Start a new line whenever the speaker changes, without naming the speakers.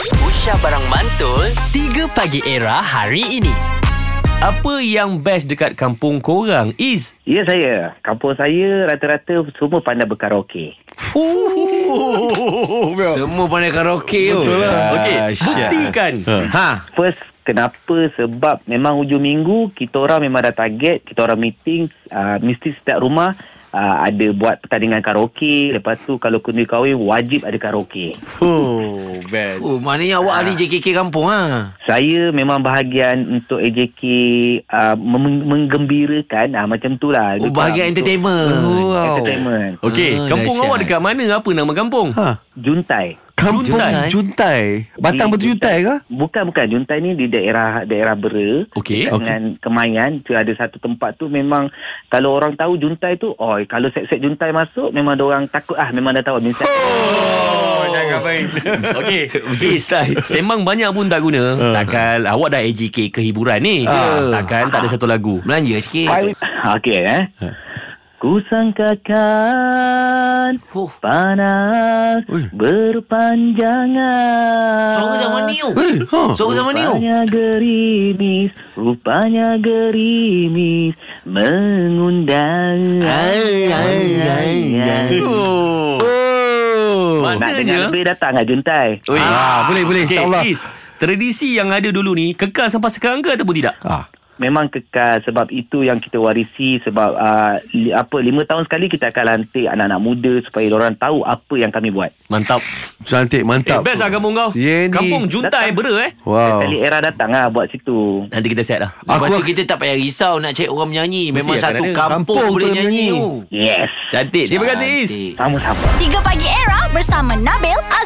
Aisyah Barang Mantul 3 Pagi Era hari ini
Apa yang best dekat kampung korang Is
Ya saya Kampung saya rata-rata semua pandai berkaraoke
Semua pandai karaoke tu. Betul lah.
Okey, Ah, buktikan
Ha.
First kenapa sebab memang hujung minggu Kita orang memang dah target Kita orang meeting uh, Mesti setiap rumah uh, Ada buat pertandingan karaoke Lepas tu kalau kundi kahwin Wajib ada karaoke
Oh, maknanya awak ahli JKK kampung ha.
Saya memang bahagian untuk AJK uh, mem- Menggembirakan uh, Macam tu lah
Oh, bahagian entertainment.
Wow
Entertainment
Okey,
Ah,
kampung
dahsyat.
awak dekat mana? Apa nama kampung? Ha.
Juntai
Kampung
Juntai?
Juntai. Juntai. Batang
Di
Batu Juntai ke?
Hmm, Bukan bukan Juntai ni di daerah daerah Bera
Okey.
dekat dengan Kemayan tu ada satu tempat tu memang kalau orang tahu Juntai tu oh kalau set-set Juntai masuk memang ada orang takut ah memang dah tahu minta
Oh, jangan main.
Okey, Is, sembang banyak pun tak guna. Takkan awak dah AJK ke hiburan ni. Takkan tak ada satu lagu.
Belanja sikit.
okey eh Kusangkakan
Oh.
panas berpanjangan
Suara zaman ni. oh.
Eh, ha.
Suara zaman ni. oh.
Rupanya gerimis, rupanya gerimis mengundang.
Ai, ai, ai, ai.
Oh.
Oh.
Nak dengar
Maknanya
lebih datang lah Juntai.
Oi.
Ah, boleh, boleh.
Okey,
InsyaAllah.
Is, tradisi yang ada dulu ni kekal sampai sekarang ke ataupun tidak?
Ah.
Memang kekal sebab itu yang kita warisi sebab uh, li, apa lima tahun sekali kita akan lantik anak-anak muda supaya orang tahu apa yang kami buat.
Mantap. Eh,
Cantik, mantap.
best lah kampung kau.
Yeah, ni.
kampung Juntai
Datang.
bera eh.
Wow.
Kali era datang lah buat situ.
Nanti kita set lah.
Lepas tu
Aku-
kita tak payah risau nak cari orang menyanyi.
Mesti
Memang satu
akan ada.
kampung,
Kampung
boleh
boleh
nyanyi. oh.
menyanyi.
Yes.
Cantik. Terima kasih Is.
Cantik.
Sama-sama.
3 Pagi Era bersama Nabil,